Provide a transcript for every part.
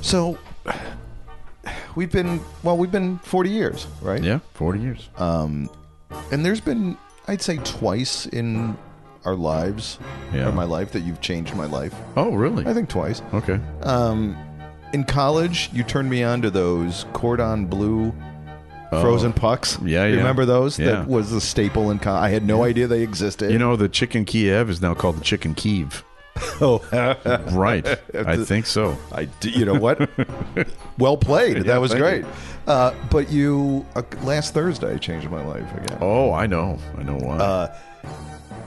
So we've been well, we've been 40 years, right? Yeah, 40 years. Uh, And there's been I'd say twice in our lives Yeah. or my life that you've changed my life. oh, really? I think twice. okay. In college, you turned me on to those cordon bleu frozen pucks. Oh. Yeah, You yeah. Remember those? Yeah. That was the staple in college. I had no idea they existed. you know, the chicken Kiev is now called the chicken Kiev. know, Right. I think so. I d- you know what? well played. Yeah, that was thank great. you. Uh, but you uh, last Thursday changed my life again. Oh, I know. I know why. Uh,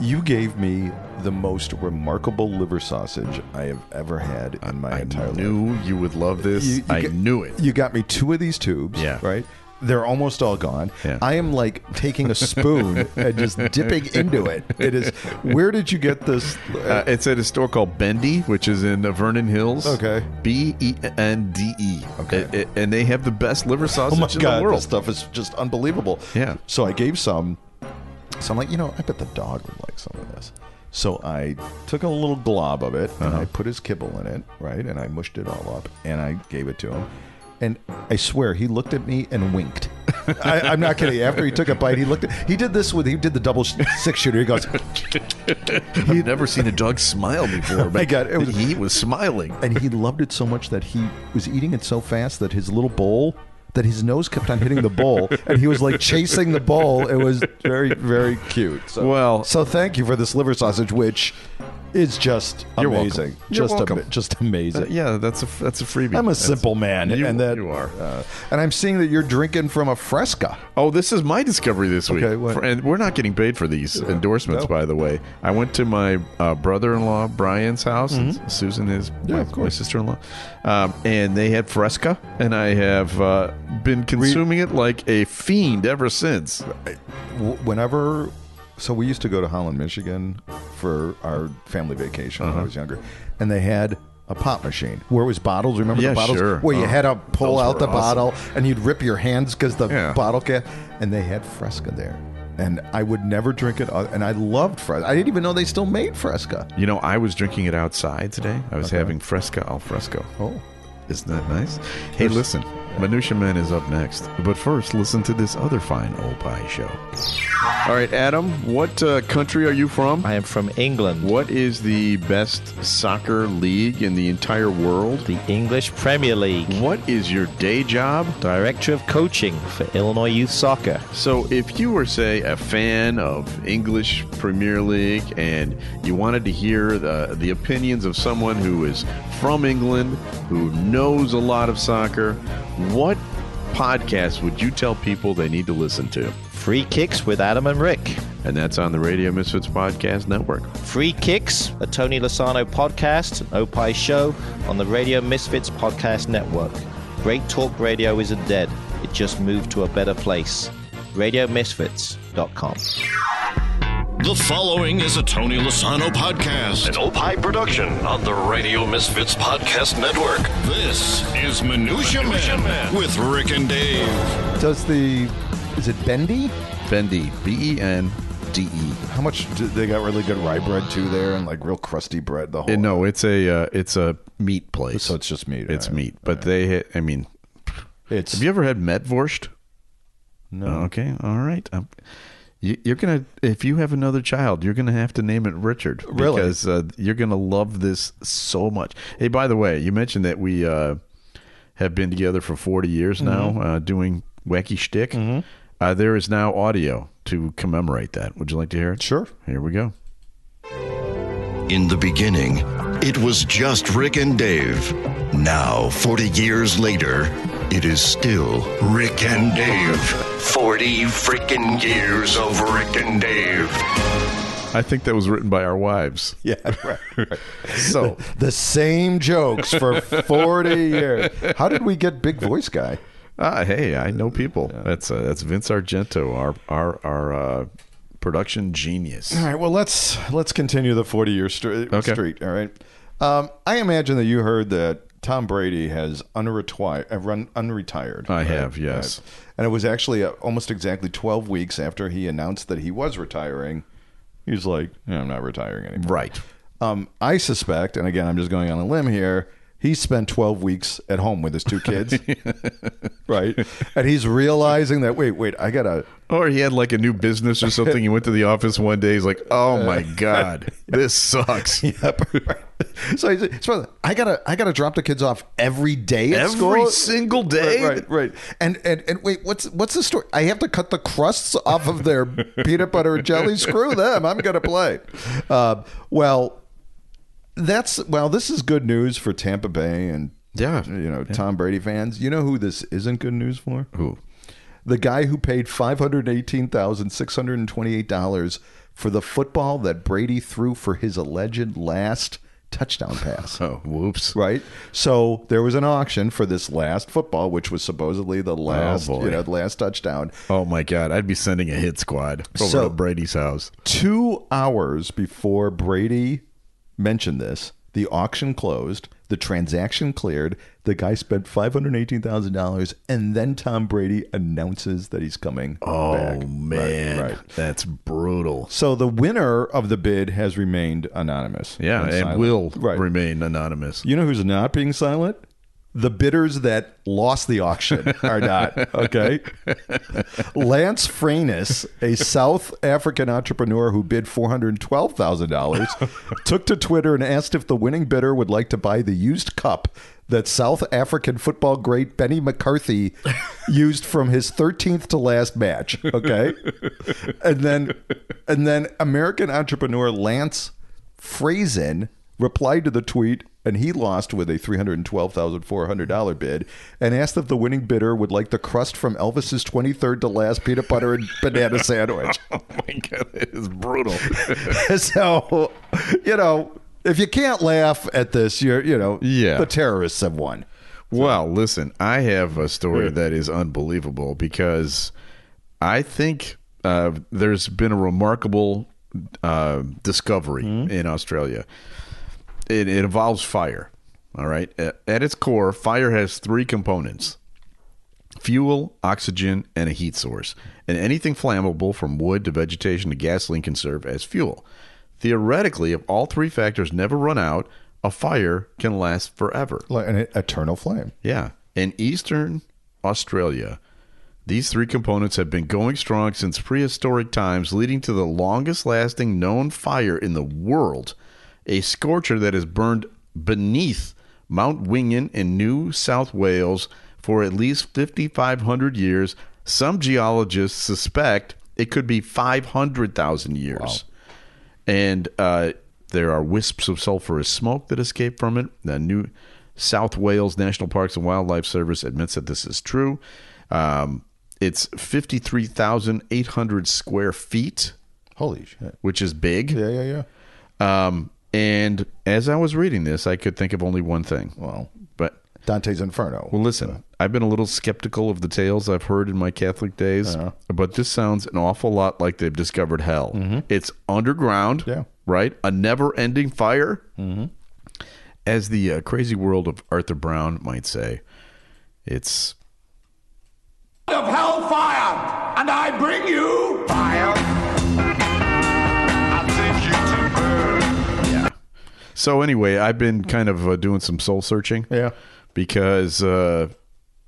You gave me the most remarkable liver sausage I have ever had in my I entire life. knew you would love this. You- you I get- knew it. You got me two of these tubes. Yeah. Right. They're almost all gone. Yeah. I am like taking a spoon and just dipping into it. It is. Where did you get this? Uh, it's at a store called Bendy, which is in uh, Vernon Hills. Okay. B E N D E. Okay. A- a- and they have the best liver sausage oh my in god, the world. this stuff is just unbelievable. Yeah. So I gave some. So I'm like, you know, I bet the dog would like some of this. So I took a little glob of it Uh-huh. and I put his kibble in it, right? And I mushed it all up and I gave it to him. And I swear he looked at me and winked. I, I'm not kidding. After he took a bite, he looked. At, he did this with. He did the double sh- six shooter. He goes, I've never seen a dog smile before, but God, it was- he was smiling. and he loved it so much that he was eating it so fast that his little bowl that his nose kept on hitting the bowl and he was like chasing the bowl it was very very cute so, Well- so thank you for this liver sausage which is just You're welcome. amazing You're just ama- welcome. just amazing Uh, yeah, that's a f- that's a freebie. i'm a That's- simple man You- and that you are. uh, and i'm seeing that you're drinking from a fresca Oh, this is my discovery this week. Okay, what? Uh, For- And we're not getting paid for these endorsements, No. by the way. I went to my uh, brother-in-law Brian's house, Mm-hmm. and Susan is my, my sister-in-law, um, and they had Fresca, and I have uh, been consuming it like a fiend ever since. w- whenever so we used to go to Holland, Michigan for our family vacation Uh-huh. when I was younger, and they had a pop machine where it was bottles. Remember Yeah, the bottles sure. where you Oh, had to pull those out were the awesome. bottle and you'd rip your hands because the Yeah. bottle cap. And they had Fresca there, and I would never drink it. oth- And I loved Fresca. I didn't even know they still made Fresca. You know, I was drinking it outside today. I was having Fresca al fresco. Oh, Isn't that nice? Hey, listen, Minutia Man is up next. But first, listen to this other fine old pie show. All right, Adam, what uh, country are you from? I am from England. What is the best soccer league in the entire world? The English Premier League. What is your day job? Director of Coaching for Illinois Youth Soccer. So, if you were, say, a fan of English Premier League and you wanted to hear uh, the, the opinions of someone who is from England, who knows a lot of soccer, what podcast would you tell people they need to listen to? Free Kicks with Adam and Rick. And that's on the Radio Misfits Podcast Network. Free Kicks, a Tony Lasano podcast, an Opie show on the Radio Misfits Podcast Network. Great Talk Radio isn't dead, it just moved to a better place. RadioMisfits.com. The following is a Tony Lasano podcast, an Opie production on the Radio Misfits Podcast Network. This is Minutia, Man, with Rick and Dave. does the is it Bendy? Bendy, B E N D E. How much do they got really good rye bread too there, and like real crusty bread. The whole No, it's a uh, it's a meat place. So it's just meat. It's all right. meat, but they. I mean, It's have you ever had metvorscht? No. Okay. All right. Um, you, you're gonna if you have another child, you're gonna have to name it Richard. Really? Because uh, you're gonna love this so much. Hey, by the way, you mentioned that we uh, have been together for 40 years Mm-hmm. now, uh, doing wacky shtick. Uh, there is now audio to commemorate that. Would you like to hear it? Sure. Here we go. In the beginning, it was just Rick and Dave. Now, 40 years later, it is still Rick and Dave. 40 freaking years of Rick and Dave. I think that was written by our wives. yeah. Right. So the same jokes for 40 years. How did we get big voice guy? Ah, hey, I know people. That's uh, that's Vince Argento, our our our uh, production genius. All right, well let's let's continue the 40 year stre- Okay. street, all right? Um, I imagine that you heard that Tom Brady has unretwi- uh, run unretired. I have, yes. And it was actually uh, almost exactly 12 weeks after he announced that he was retiring. He's like, "Yeah, I'm not retiring anymore. Right. Um, I suspect, and again, I'm just going on a limb here, He spent 12 weeks at home with his two kids, right? And he's realizing that wait, wait, I gotta. Or he had like a new business or something. He went to the office one day. He's like, "Oh my god, this sucks." So he's, he's probably, I gotta, I gotta drop the kids off every day at Every school? single day? Right, right, right. And and and wait, what's what's the story? I have to cut the crusts off of their peanut butter and jelly. Screw them. I'm gonna play. Uh, well, that's well. This is good news for Tampa Bay and Yeah. you know Tom Brady fans. You know who this isn't good news for? Who? The guy who paid five hundred eighteen thousand six hundred twenty-eight dollars for the football that Brady threw for his alleged last touchdown pass. Oh, whoops. Right, so there was an auction for this last football, which was supposedly the last, Oh, boy. you know, the last touchdown. Oh my god, I'd be sending a hit squad over So- to Brady's house. Two hours before Brady mentioned this, the auction closed, the transaction cleared, the guy spent five hundred eighteen thousand dollars, and then Tom Brady announces that he's coming. Oh back. Right, man, right. that's brutal. So the winner of the bid has remained anonymous. Yeah, and and silent. will Right. remain anonymous. You know who's not being silent? The bidders that lost the auction are not. Okay. Lance Franis, a South African entrepreneur who bid $412,000, took to Twitter and asked if the winning bidder would like to buy the used cup that South African football great Benny McCarthy used from his 13th to last match. Okay. And then, and then American entrepreneur Lance Frazen replied to the tweet and he lost with a $312,400 bid and asked if the winning bidder would like the crust from Elvis's 23rd to last peanut butter and banana sandwich. Oh my god, it is brutal. so, you know, if you can't laugh at this, you're, you know, Yeah. the terrorists have won. well, listen, I have a story that is unbelievable because I think uh, there's been a remarkable uh, discovery in Australia. It, it involves fire. All right. At- at its core, fire has three components fuel, oxygen, and a heat source, and anything flammable from wood to vegetation to gasoline can serve as fuel. Theoretically, if all three factors never run out, a fire can last forever. Like an eternal flame. Yeah. In Eastern Australia, these three components have been going strong since prehistoric times, leading to the longest lasting known fire in the world a scorcher that has burned beneath Mount Wingan in New South Wales for at least 5,500 years. Some geologists suspect it could be 500,000 years and uh, there are wisps of sulfurous smoke that escape from it. The New South Wales National Parks and Wildlife Service admits that this is true. Um, it's 53,800 square feet, Holy shit. which is big. Yeah, yeah, yeah. Um, and as I was reading this, I could think of only one thing. Well, But Dante's Inferno. well, listen, I've been a little skeptical of the tales I've heard in my Catholic days, Uh-huh. but this sounds an awful lot like they've discovered hell. It's underground, Mm-hmm. Yeah. right? A never ending fire. Mm-hmm. As the uh, crazy world of Arthur Brown might say, it's of hellfire, and I bring you fire. I take you to burn. So anyway, I've been kind of uh, doing some soul searching. Yeah. Because uh,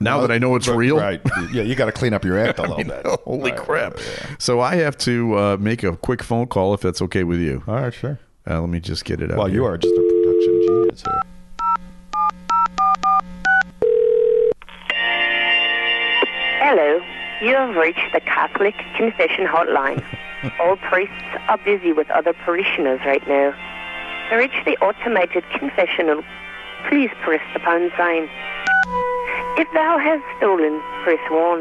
now that I know it's Right, real, Right. Yeah, you got to clean up your act a little bit. Holy Right. crap! So I have to uh, make a quick phone call if that's okay with you. All right, sure. Uh, let me just get it out. Well, here. you are just a production genius here. Hello, you have reached the Catholic Confession Hotline. All priests are busy with other parishioners right now. To reach the automated confessional, please press the pound sign. If thou hast stolen, press 1.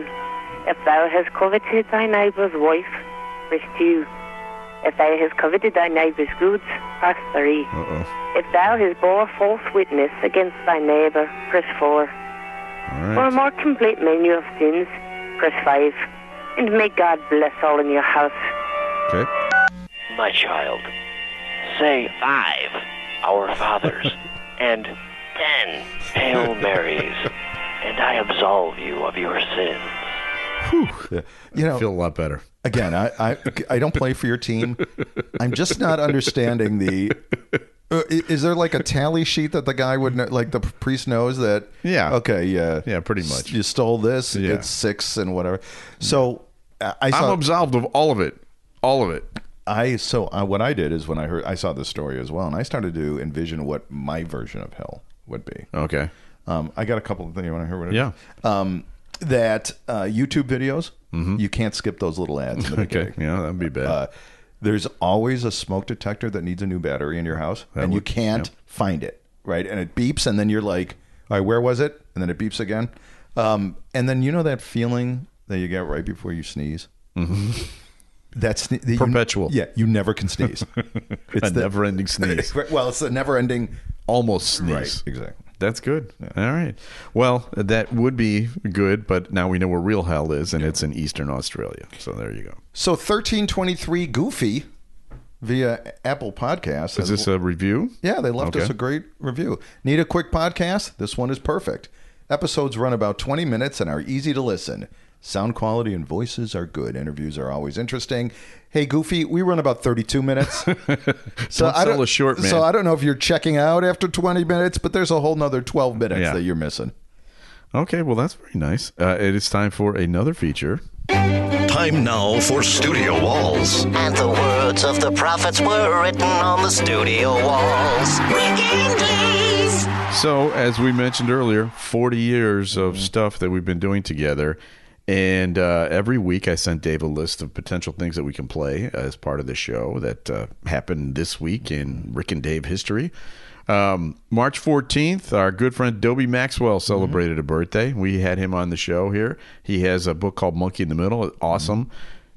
If thou hast coveted thy neighbour's wife, press 2. If thou hast coveted thy neighbour's goods, press 3. Uh-oh. If thou hast bore false witness against thy neighbour, press 4. All For right. a more complete menu of sins, press 5. And may God bless all in your house. Okay. My child, say five Our Fathers and ten Hail Marys, and I absolve you of your sins. Yeah. You know, Feel a lot better. again, I, I I don't play for your team. I'm just not understanding the Uh, i- is there like a tally sheet that the guy would know, like the priest knows that? Yeah. Okay. Yeah. Yeah, pretty s- much. You stole this. Yeah. It's six and whatever. So I I I'm saw. absolved of all of it. All of it. I so uh, what I did is when I heard I saw this story as well, and I started to envision what my version of hell would be. Okay. Um, I got a couple of things. You want to hear what? it- Oh. Yeah. Um, that uh, YouTube videos. You can't skip those little ads. In the Mm-hmm. Okay. beginning. Yeah, that'd be bad. Uh, there's always a smoke detector that needs a new battery in your house, and you would- can't find it, right? And it beeps, and then you're like, "All right, where was it?" And then it beeps again, um, and then you know that feeling that you get right before you sneeze. Mm-hmm. That's sne- that you- Perpetual. yeah, you never can sneeze. a the- never-ending sneeze. well, it's a never-ending. Almost sneeze. Right, exactly. That's good. All right. Well, that would be good, but now we know where real hell is, and it's in Eastern Australia. So there you go. So thirteen twenty-three Goofy via Apple Podcasts. Is this a review? Yeah, they left Okay. us a great review. Need a quick podcast? This one is perfect. Episodes run about 20 minutes and are easy to listen. Sound quality and voices are good. Interviews are always interesting. Hey, Goofy, we run about 32 minutes. so I sell us short, man. So I don't know if you're checking out after 20 minutes, but there's a whole nother 12 minutes Yeah. that you're missing. Okay. Well, that's very nice. Uh, it is time for another feature. Time now for Studio Walls. And the words of the prophets were written on the studio walls. So, as we mentioned earlier, 40 years of stuff that we've been doing together. And uh, every week I sent Dave a list of potential things that we can play as part of the show that uh, happened this week in Rick and Dave history. Um, March 14th, our good friend Dobie Maxwell celebrated a birthday. We had him on the show here. He has a book called Monkey in the Middle. Awesome.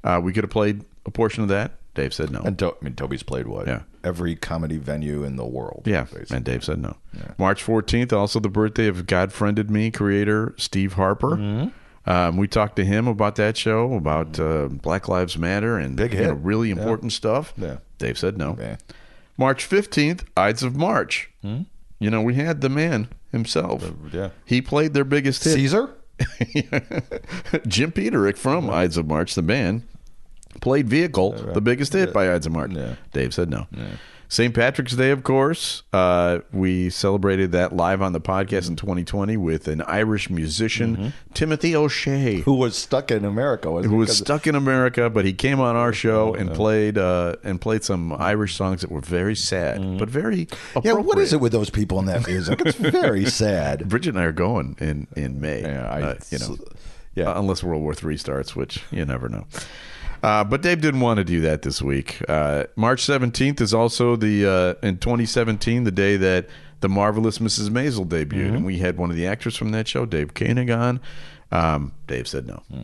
Uh, we could have played a portion of that. Dave said no. And to- I mean, Toby's played what? Yeah. Every comedy venue in the world. Yeah, basically. and Dave said no. March 14th, also the birthday of God Friended Me creator Steve Harper. Mm-hmm. Um, we talked to him about that show, about uh, Black Lives Matter and Big you know, hit. really important stuff. Yeah. Dave said no. Yeah. Hmm? March 15th, Ides of March. You know, we had the man himself. yeah. He played their biggest hit. Caesar? Jim Peterick from Ides of March, the band, played Vehicle, the biggest hit by Ides of March. Dave said no. St. Patrick's Day, of course. Uh, we celebrated that live on the podcast in 2020 with an Irish musician, Timothy O'Shea, Who was stuck in America? wasn't who he? was 'Cause- stuck in America, but he came on our show and played uh, and played some Irish songs that were very sad, but very Yeah, what is appropriate. it with those people in that music? It's very sad. Bridget and I are going in in May. Yeah, I- uh, you know, yeah. uh, unless World War III starts, which you never know. Uh, but Dave didn't want to do that this week. Uh, March 17th is also the uh, in 2017 the day that the marvelous Mrs. Maisel debuted, Mm-hmm. and we had one of the actors from that show, Dave Koenig, on. Um, Dave said no. Hmm.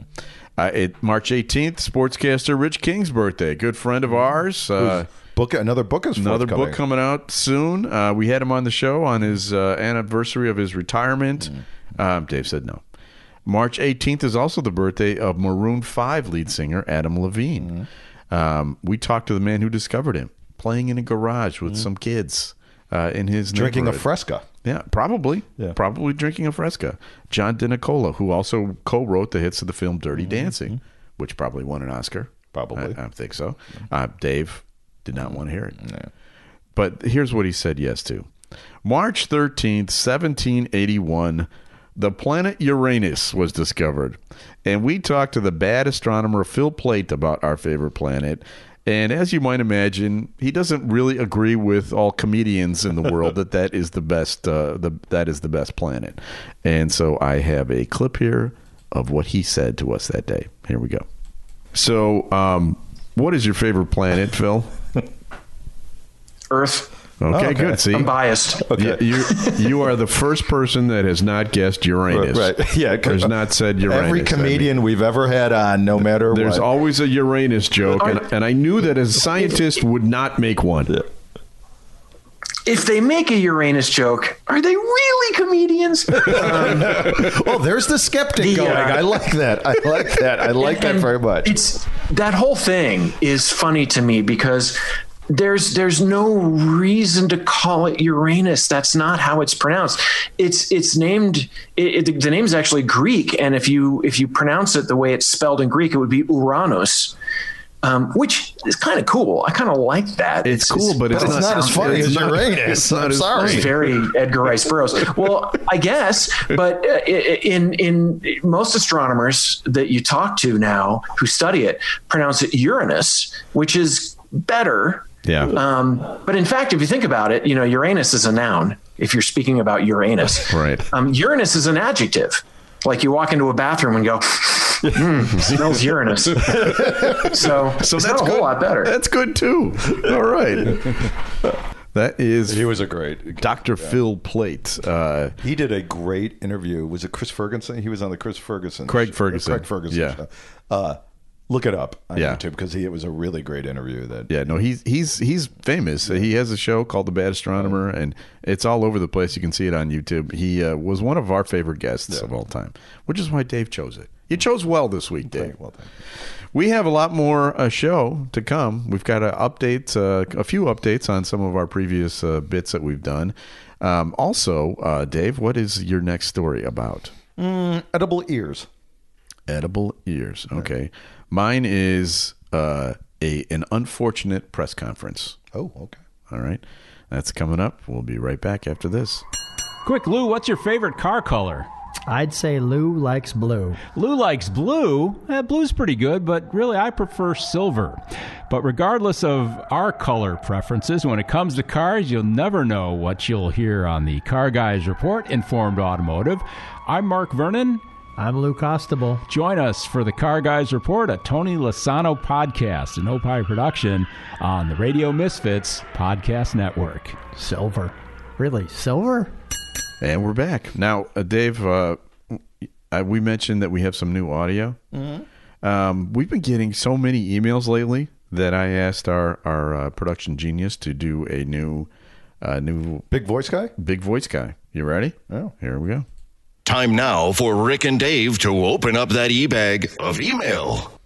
Uh, it, March 18th, sportscaster Rich King's birthday, good friend Mm-hmm. of ours. Uh, Book another book is another forthcoming. book coming out soon. Uh, we had him on the show on his uh, anniversary of his retirement. Mm. Um, Dave said no. March 18th is also the birthday of Maroon 5 lead singer Adam Levine. Mm. Um, we talked to the man who discovered him playing in a garage with some kids uh, in his Mm. Drinking a neighborhood. fresca. Yeah, probably. Yeah. Probably drinking a fresca. John DiNicola, who also co wrote the hits of the film Dirty Dancing, which probably won an Oscar. Mm-hmm. Probably. Mm-hmm. I, I think so. Uh, Dave did not want to hear it. But here's what he said yes to March 13th, 1781. The planet Uranus was discovered, and we talked to the bad astronomer Phil Plate about our favorite planet. And as you might imagine, he doesn't really agree with all comedians in the world that that is the best uh, the that is the best planet. And so I have a clip here of what he said to us that day. Here we go. So, um, what is your favorite planet, Phil? Earth. Okay, okay. good. See, I'm biased. Y- You, you are the first person that has not guessed Uranus. Right. Yeah. Or has not said Uranus. Every I mean, comedian we've ever had on, no matter there's what. always a Uranus joke, and, and I knew that as a scientist would not make one. If they make a Uranus joke, are they really comedians? Um, oh, there's the skeptic The, uh, going. I like that. I like that. I like that and very much. It's that whole thing is funny to me because there's there's no reason to call it Uranus. That's not how it's pronounced. It's it's named it, it, the name's actually Greek, and if you if you pronounce it the way it's spelled in Greek, it would be Uranus. um, which is kind of cool. I kind of like that. It's cool, but it's But it's not not as funny it's as not- Uranus. it's not I'm as sorry. funny. very Edgar Rice Burroughs. Well, I guess, but uh, i- in in most astronomers that you talk to now who study it pronounce it Uranus, which is better. Yeah. Um, but in fact, if you think about it, you know Uranus is a noun. If you're speaking about Uranus, Right. Um, Uranus is an adjective. Like you walk into a bathroom and go, "Hmm, smells Uranus. so So it's that's not a good. whole lot better. That's good too. All right. That is He was a great. Dr. Phil Plate. Uh, He did a great interview. Was it Chris Ferguson? He was on the Chris Ferguson. Craig show- Ferguson. Craig Ferguson. Yeah. show. Uh, look it up on Yeah. YouTube because he it was a really great interview. That yeah, no, he's he's he's famous. He has a show called The Bad Astronomer, and it's all over the place. You can see it on YouTube. He uh, was one of our favorite guests of all time, which is why Dave chose it. You chose well this week, Dave. well, thank We have a lot more uh, show to come. We've got a update, uh, a few updates on some of our previous uh, bits that we've done. Um, also, uh, Dave, what is your next story about? edible ears. Edible ears. Okay, mine is uh, a an unfortunate press conference. Oh, okay. All right, that's coming up. We'll be right back after this. Quick, Lou, what's your favorite car color? I'd say Lou likes blue. Lou likes blue. Eh, blue's pretty good, but really I prefer silver. But regardless of our color preferences, when it comes to cars, you'll never know what you'll hear on the Car Guys Report Informed Automotive. I'm Mark Vernon. I'm Lou Costable. Join us for the Car Guys Report, a Tony Lasano podcast, an Opie production on the Radio Misfits Podcast Network. Silver. Really, silver? And we're back now, uh, Dave. Uh, I, we mentioned that we have some new audio. Mm-hmm. Um, we've been getting so many emails lately that I asked our our uh, production genius to do a new uh, new Big voice guy. big voice guy. You ready? Oh. here we go. Time now for Rick and Dave to open up that e bag of email.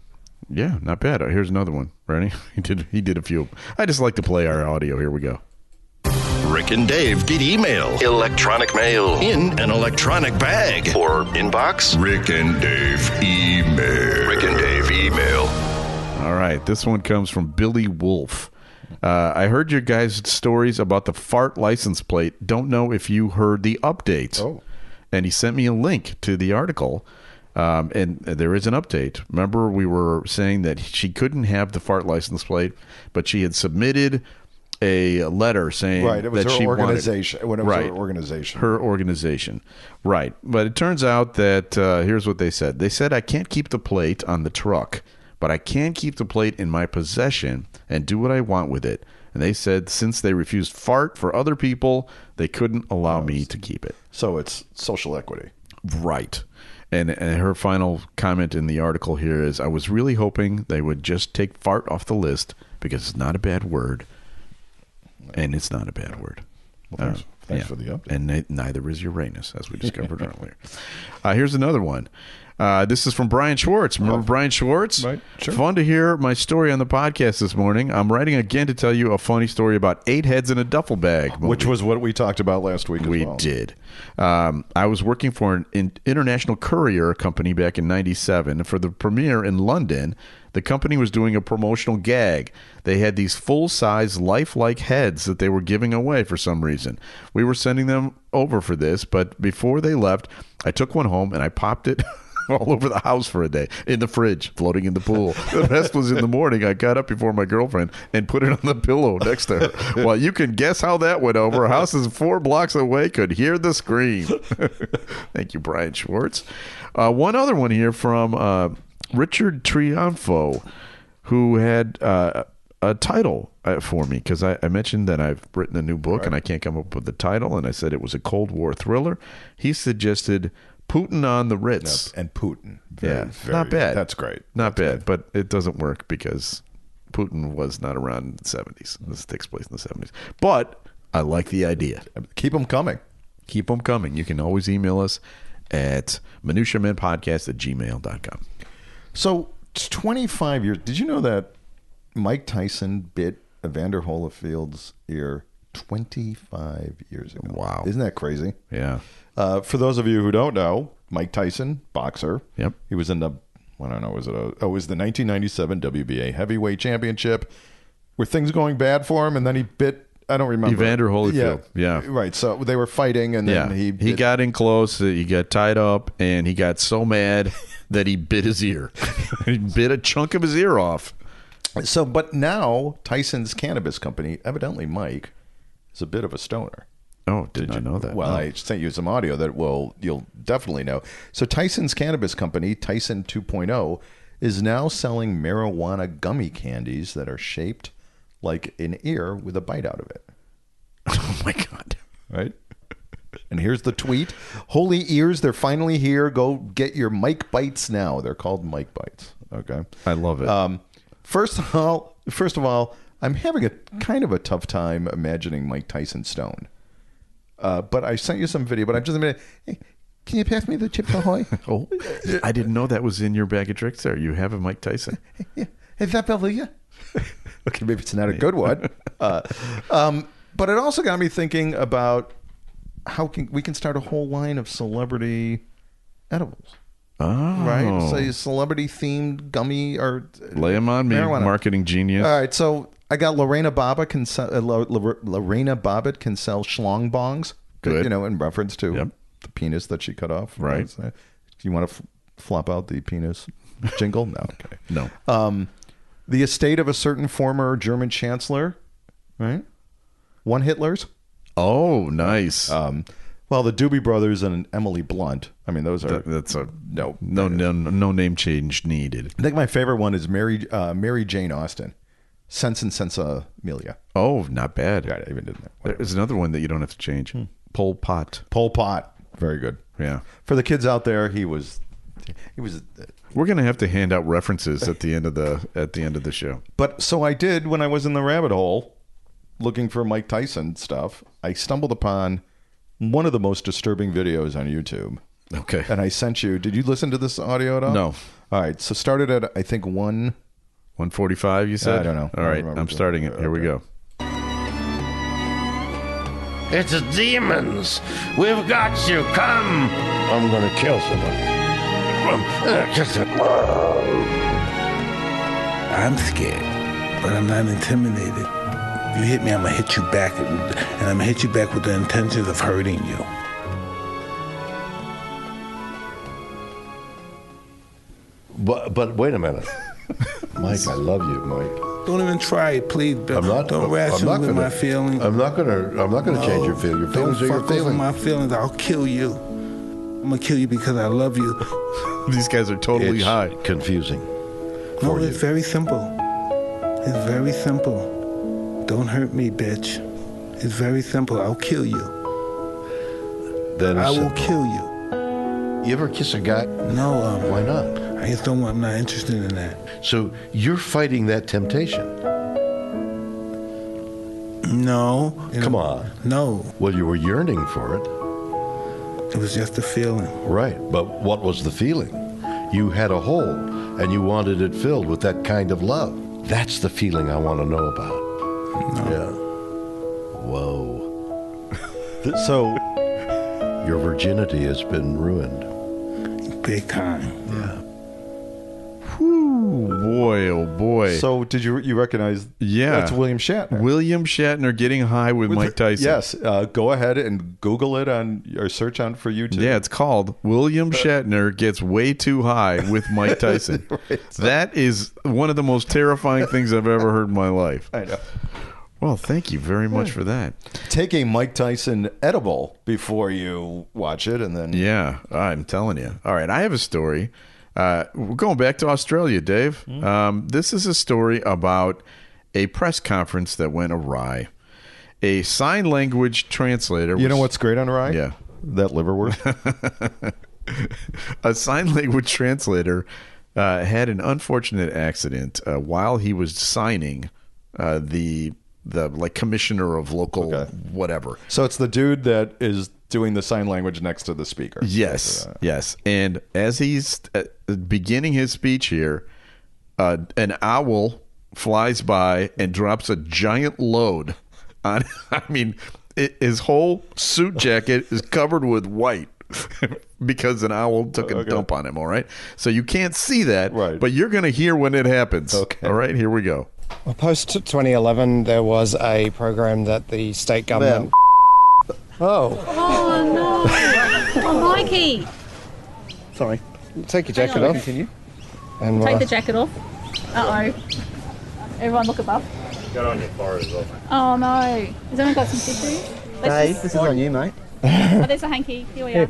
Yeah, not bad. Uh, Here's another one. Ready? He did he did a few. I just like to play our audio. Here we go. Rick and Dave get email, electronic mail, in an electronic bag or inbox. Rick and Dave email. Rick and Dave email. All right, this one comes from Billy Wolf. Uh, I heard your guys' stories about the fart license plate. Don't know if you heard the update. Oh. And he sent me a link to the article. Um, and there is an update. Remember, we were saying that she couldn't have the fart license plate, but she had submitted a letter saying Right. It was that she her wanted- organization. When it was Right. her organization. her organization. Right. But it turns out that uh, here's what they said they said, I can't keep the plate on the truck, but I can keep the plate in my possession and do what I want with it. And they said, since they refused fart for other people, they couldn't allow me to keep it. so it's social equity. Right. And, and her final comment in the article here is I was really hoping they would just take fart off the list because it's not a bad word. And it's not a bad word. Uh, Well, thanks- thanks for the update. And ni- neither is Uranus, as we discovered earlier. Uh, here's another one. Uh, this is from Brian Schwartz. Remember Brian Schwartz? Oh. Right, sure. Fun to hear my story on the podcast this morning. I'm writing again to tell you a funny story about eight heads in a duffel bag. movie. Which was what we talked about last week. As We well. did. Um, I was working for an in- international courier company back in '97 for the premiere in London. The company was doing a promotional gag. They had these full-size, lifelike heads that they were giving away for some reason. We were sending them over for this, but before they left, I took one home and I popped it. all over the house for a day in the fridge, floating in the pool. The rest was in the morning. I got up before my girlfriend and put it on the pillow next to her. Well, you can guess how that went over. Her house is four blocks away, could hear the scream. Thank you, Brian Schwartz. Uh, one other one here from uh, Richard Triunfo, who had. Uh, a title uh, for me because I, I mentioned that I've written a new book and I can't come up with the title, and I said it was a Cold War thriller. He suggested Putin on the Ritz. And Putin. Very, yeah, very- not bad. That's great. Not bad, but it doesn't work because Putin was not around in the seventies. This takes place in the seventies. But I like the idea. Keep them coming. Keep them coming. You can always email us at minutiamenpodcast at gmail.com. So it's 25 years. Did you know that Mike Tyson bit Evander Holyfield's ear 25 years ago? Wow. Isn't that crazy? Yeah. Uh, for those of you who don't know, Mike Tyson, boxer. Yep. He was in the I don't know, was it a, oh, it was the 1997 WBA Heavyweight Championship. Were things going bad for him, and then he bit? I don't remember. Evander Holyfield, yeah. right. So they were fighting, and then yeah, he he, bit- got in close. uh, He got tied up, and he got so mad that he bit his ear. he bit a chunk of his ear off. So, but now Tyson's cannabis company, evidently Mike, is a bit of a stoner. Oh, did, not you know that? Well, No. I sent you some audio that will you'll definitely know. So Tyson's cannabis company, Tyson 2.0, is now selling marijuana gummy candies that are shaped like an ear with a bite out of it. oh my god! Right? And here's the tweet. Holy ears, they're finally here. Go get your Mike bites now. They're called Mike bites. Okay. I love it. Um, first of all, first of all, I'm having a kind of a tough time imagining Mike Tyson stoned. Uh, but I sent you some video. But I'm just gonna. Hey, can you pass me the Chips Ahoy? oh, I didn't know that was in your bag of tricks. There, you have a Mike Tyson. Is that Belvia? okay, maybe it's not a good one. Uh, um, but it also got me thinking about how can we can start a whole line of celebrity edibles, Oh, right? Say celebrity themed gummy or lay him on me, Marijuana. marketing genius. All right, so I got Lorena Bobbitt can sell, uh, Lo- Lo- Lorena Bobbitt can sell schlong bongs. Good. you know, in reference to Yep. the penis that she cut off. Right. So, Do you want to f- flop out the penis jingle? No. Okay. No, Um, the estate of a certain former German chancellor, right? One Hitler's. oh, nice. Um, well, the Doobie Brothers and Emily Blunt. I mean, those are. That- that's a no, no, no, no name change needed. I think my favorite one is Mary uh, Mary Jane Austen, Sense and Sensa Amelia. Oh, not bad. God, I even did Hmm. that. There's another one that you don't have to change. Pol Pot. Pol Pot. Very good. Yeah. For the kids out there, he was, he was. We're gonna have to hand out references at the end of the at the end of the show. But so I did when I was in the rabbit hole, looking for Mike Tyson stuff. I stumbled upon one of the most disturbing videos on YouTube, Okay. and I sent you. Did you listen to this audio at all? No. All right. So started at I think one. 145 you said I don't know. I all don't right remember. i'm starting it here we go It's the demons. We've got you. Come. I'm gonna kill someone. I'm scared, but I'm not intimidated. You hit me, I'm gonna hit you back, and and I'm gonna hit you back with the intentions of hurting you. But but wait a minute, Mike. I love you, Mike. Don't even try it, please. Bill. I'm not. Don't I'm, wrestle not with gonna, my feelings. I'm not gonna. I'm not gonna change your feelings. Your feelings are Don't your fuck over feelings. my feelings. I'll kill you. I'm gonna kill you because I love you. these guys are totally it's high confusing. No, for you. it's very simple. It's very simple. Don't hurt me, bitch. It's very simple. I'll kill you. That is I will simple. kill you. You ever kiss a guy? No, um, Why not? I just don't want. I'm not interested in that. So you're fighting that temptation. No. You Come know, on. No. Well, you were yearning for it, It was just a feeling. right? But what was the feeling? You had a hole, and you wanted it filled with that kind of love. That's the feeling I want to know about. Yeah. Whoa. So Your virginity has been ruined. Big time. boy oh boy so did you you recognize? Yeah. that's William Shatner. william shatner getting high with, mike tyson Yes. Uh, go ahead and Google it on or search on for YouTube. yeah it's called Uh. william shatner gets way too high with mike tyson that is one of the most terrifying things i've ever heard in my life I know. well thank you very much for that Take a Mike Tyson edible before you watch it, and then Yeah, I'm telling you. All right, I have a story. Uh, we're going back to Australia, Dave. Hmm. Um, this is a story about a press conference that went awry. A sign language translator. you know was- what's great on Rye? Yeah. that liverwurst. a sign language translator uh, had an unfortunate accident uh, while he was signing uh, the the like commissioner of local Okay. whatever. so it's the dude that is doing the sign language next to the speaker. Yes, yes. And as he's uh, beginning his speech here, uh, an owl flies by and drops a giant load on. I mean, i his whole suit jacket is covered with white. because an owl took a dump on him. All right, so you can't see that, right? But you're going to hear when it happens. Okay. All right, here we go. Well, post 2011, there was a program that the state government. Oh, Oh no! oh, Mikey, sorry. Take your Hang jacket on. off. Continue. And take we'll- the jacket off. Uh oh. Everyone, look above. Got on your bar as well. Oh no! Has anyone got some tissue? Hey, this is on you, mate. Oh, there's a hanky. Here we are.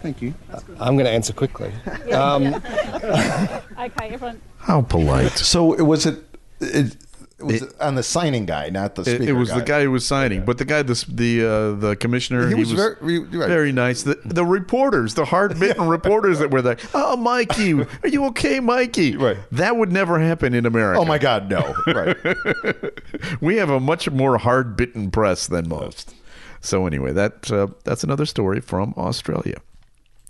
Thank you. I'm going to answer quickly. Yeah, Um, yeah. okay, everyone. How polite. So it was it. it was it on the signing guy, not the It- speaker. it, was the guy. guy who was signing, but the guy, the s- the uh, the commissioner, He was very- very nice. The, the reporters, the hard bitten reporters that were there. Oh, Mikey, are you okay, Mikey? Right. That would never happen in America. Oh, my God, no. Right. we have a much more hard bitten press than most. So anyway, that uh, that's another story from Australia.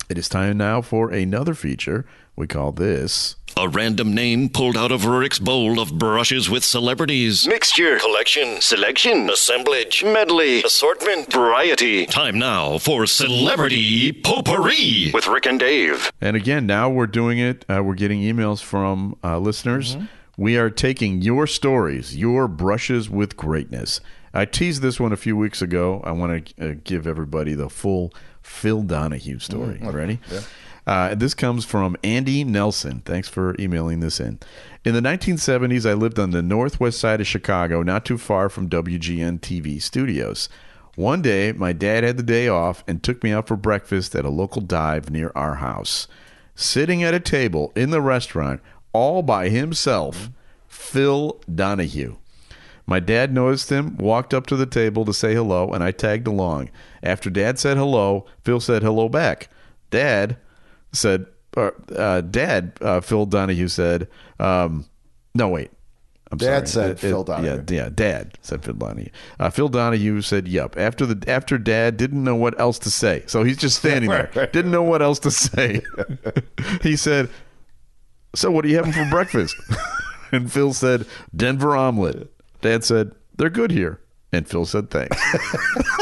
It is time now for another feature. We call this. A random name pulled out of Rick's bowl of brushes with celebrities. Mixture, collection, selection, assemblage, medley, assortment, variety. Time now for Celebrity Potpourri with Rick and Dave. And again, now we're doing it. Uh, we're getting emails from uh, listeners. We are taking your stories, your brushes with greatness. I teased this one a few weeks ago. I want to uh, give everybody the full Phil Donahue story. Mm, okay. Ready? Yeah. Uh, this comes from Andy Nelson. Thanks for emailing this in. In the 1970s, I lived on the northwest side of Chicago, not too far from WGN TV studios. One day, my dad had the day off and took me out for breakfast at a local dive near our house. Sitting at a table in the restaurant, all by himself, Phil Donahue. My dad noticed him, walked up to the table to say hello, and I tagged along. After dad said hello, Phil said hello back. Dad said, uh, uh, Dad, uh, Phil Donahue said, um, no, wait. I'm Dad sorry. said Phil Donahue. Yeah, yeah, Dad said Phil Donahue. Uh, Phil Donahue said, "Yep." After the after Dad didn't know what else to say, so he's just standing there, didn't know what else to say. he said, so what are you having for breakfast? and Phil said, Denver omelet. Dad said, they're good here. And Phil said, thanks.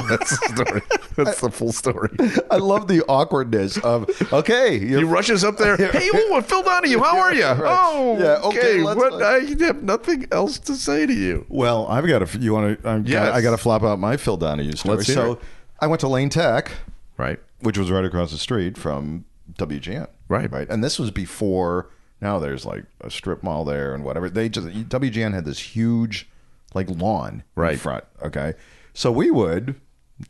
That's the story. That's the full story. I love the awkwardness of okay. He rushes up there. Hey, oh, Phil Donahue, how are you? Oh, yeah. Okay, okay, let's- what, I have nothing else to say to you. Well, I've got to. You want to? Yes. Yeah. I got to flop out my Phil Donahue story. Let's hear so it. I went to Lane Tech, right, which was right across the street from WGN, right, right. And this was before. Now there's like a strip mall there and whatever. They just WGN had this huge, like lawn right in front. Okay, so we would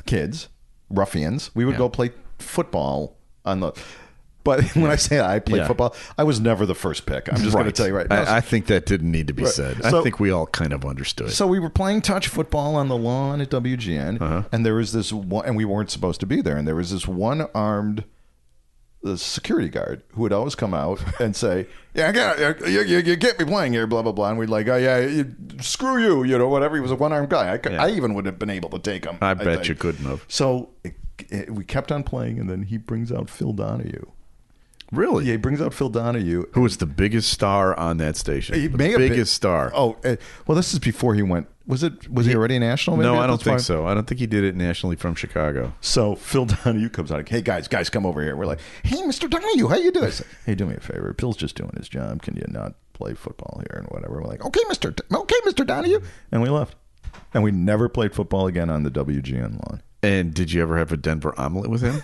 kids ruffians. We would go play football on the. But when I say I played Yeah. football, I was never the first pick. I'm just going to tell you right now. I, I think that didn't need to be Right. said. I So- think we all kind of understood. So we were playing touch football on the lawn at WGN, Uh-huh. and there was this one, and we weren't supposed to be there, and there was this one armed uh, security guard who would always come out and say, "Yeah, I got uh, you, you, you get me playing here, blah blah blah," and we'd like, "Oh yeah, you, screw you, you know, whatever." He was a one armed guy. I, cou- I even would have been able to take him. I bet think. you couldn't have. So it, it, we kept on playing, and then he brings out Phil Donahue. Really? Yeah, he brings out Phil Donahue. Who was the biggest star on that station? He the may have been- biggest star. Oh, eh, well, this is before he went. Was it? Was he, already a national? maybe no, at I don't this think point? so. I don't think he did it nationally from Chicago. So Phil Donahue comes out. like, Hey guys, guys, come over here. We're like, Hey, Mr. Donahue, how you doing? I said, hey, do me a favor. Bill's just doing his job. Can you not play football here and whatever? We're like, Okay, Mr. D- okay, Mr. Donahue, and we left. And we never played football again on the WGN lawn. And did you ever have a Denver omelet with him?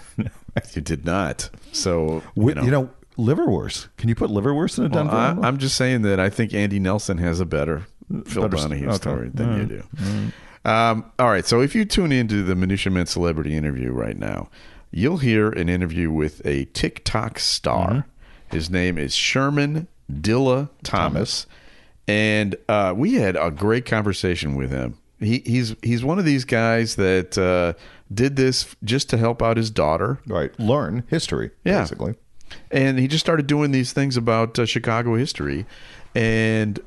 You did not. So Wi- you know, liverwurst. Can you put liverwurst in a well, Denver? omelet? I, am just saying that I think Andy Nelson has a better Phil Better s- Donahue okay. story than All you right. do. Um, all right. So if you tune into the Minutia Men celebrity interview right now, you'll hear an interview with a TikTok star. Mm-hmm. His name is Sherman Dilla Thomas, and uh, we had a great conversation with him. He, he's he's one of these guys that uh, did this just to help out his daughter, right? Learn history, basically. And he just started doing these things about uh, Chicago history, and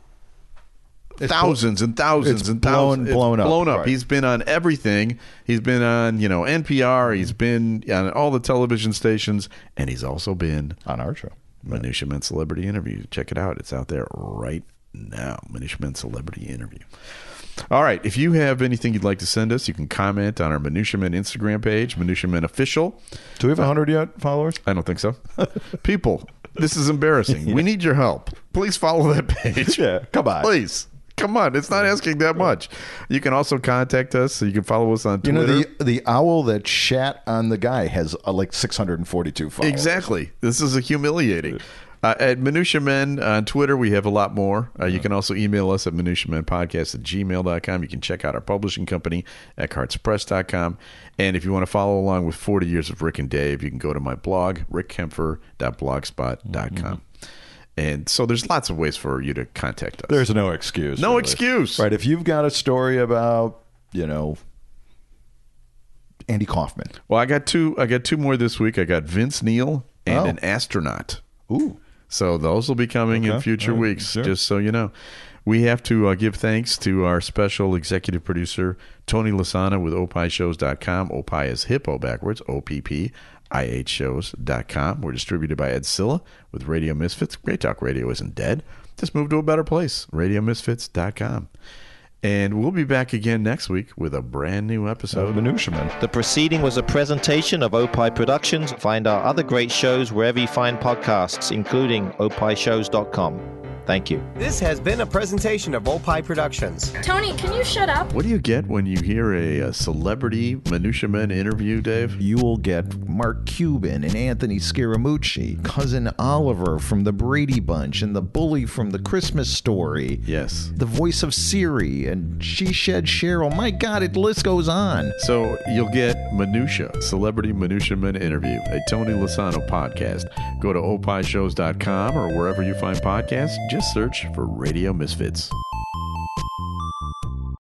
thousands and thousands it's and thousands blown- blown up, blown up. right. He's been on everything. He's been on you know NPR. Mm-hmm. He's been on all the television stations, and he's also been on our show, Minutia Men Celebrity Interview. Check it out. It's out there right now. Minish Men Celebrity Interview. All right. If you have anything you'd like to send us, you can comment on our Minutia Men Instagram page, Minutia Men Official. Do we have 100 yet followers? I don't think so. People, this is embarrassing. We need your help. Please follow that page. Yeah. Come on. Please. Come on. It's not asking that much. You can also contact us. So you can follow us on You Twitter. know the the owl that shat on the guy has uh, like 642 followers. Exactly. This is a humiliating. Uh, at Minutia Men on Twitter, we have a lot more. Uh, you can also email us at minutiamenpodcast at gmail.com. You can check out our publishing company, eckhartspress.com. And if you want to follow along with 40 years of Rick and Dave, you can go to my blog, rickkempfer.blogspot.com. And so there's lots of ways for you to contact us. Mm-hmm. There's no excuse. No excuse. Right. If you've got a story about, you know, Andy Kaufman. Well, I got two. I got two more this week. I got Vince Neal and Oh. an astronaut. Ooh. So those will be coming in Okay. future All right. weeks. Sure. Just so you know, we have to uh, give thanks to our special executive producer Tony Lasana with opishows.com. Opie is hippo backwards. O P P I H shows.com. We're distributed by Edsilla with Radio Misfits. Great Talk Radio isn't dead. Just move to a better place. RadioMisfits.com. And we'll be back again next week with a brand new episode of Minutiaman. The proceeding was a presentation of Opie Productions. Find our other great shows wherever you find podcasts, including opishows.com. Thank you. This has been a presentation of Opie Productions. Tony, can you shut up? What do you get when you hear a, uh celebrity Minutia Men interview, Dave? You will get Mark Cuban and Anthony Scaramucci, cousin Oliver from the Brady Bunch, and the bully from the Christmas Story. Yes. The voice of Siri and She Shed Cheryl. My God, it list goes on. So you'll get Minutia, Celebrity Minutia Men interview, a Tony Lasano podcast. Go to opishows.com or wherever you find podcasts. Just search for Radio Misfits.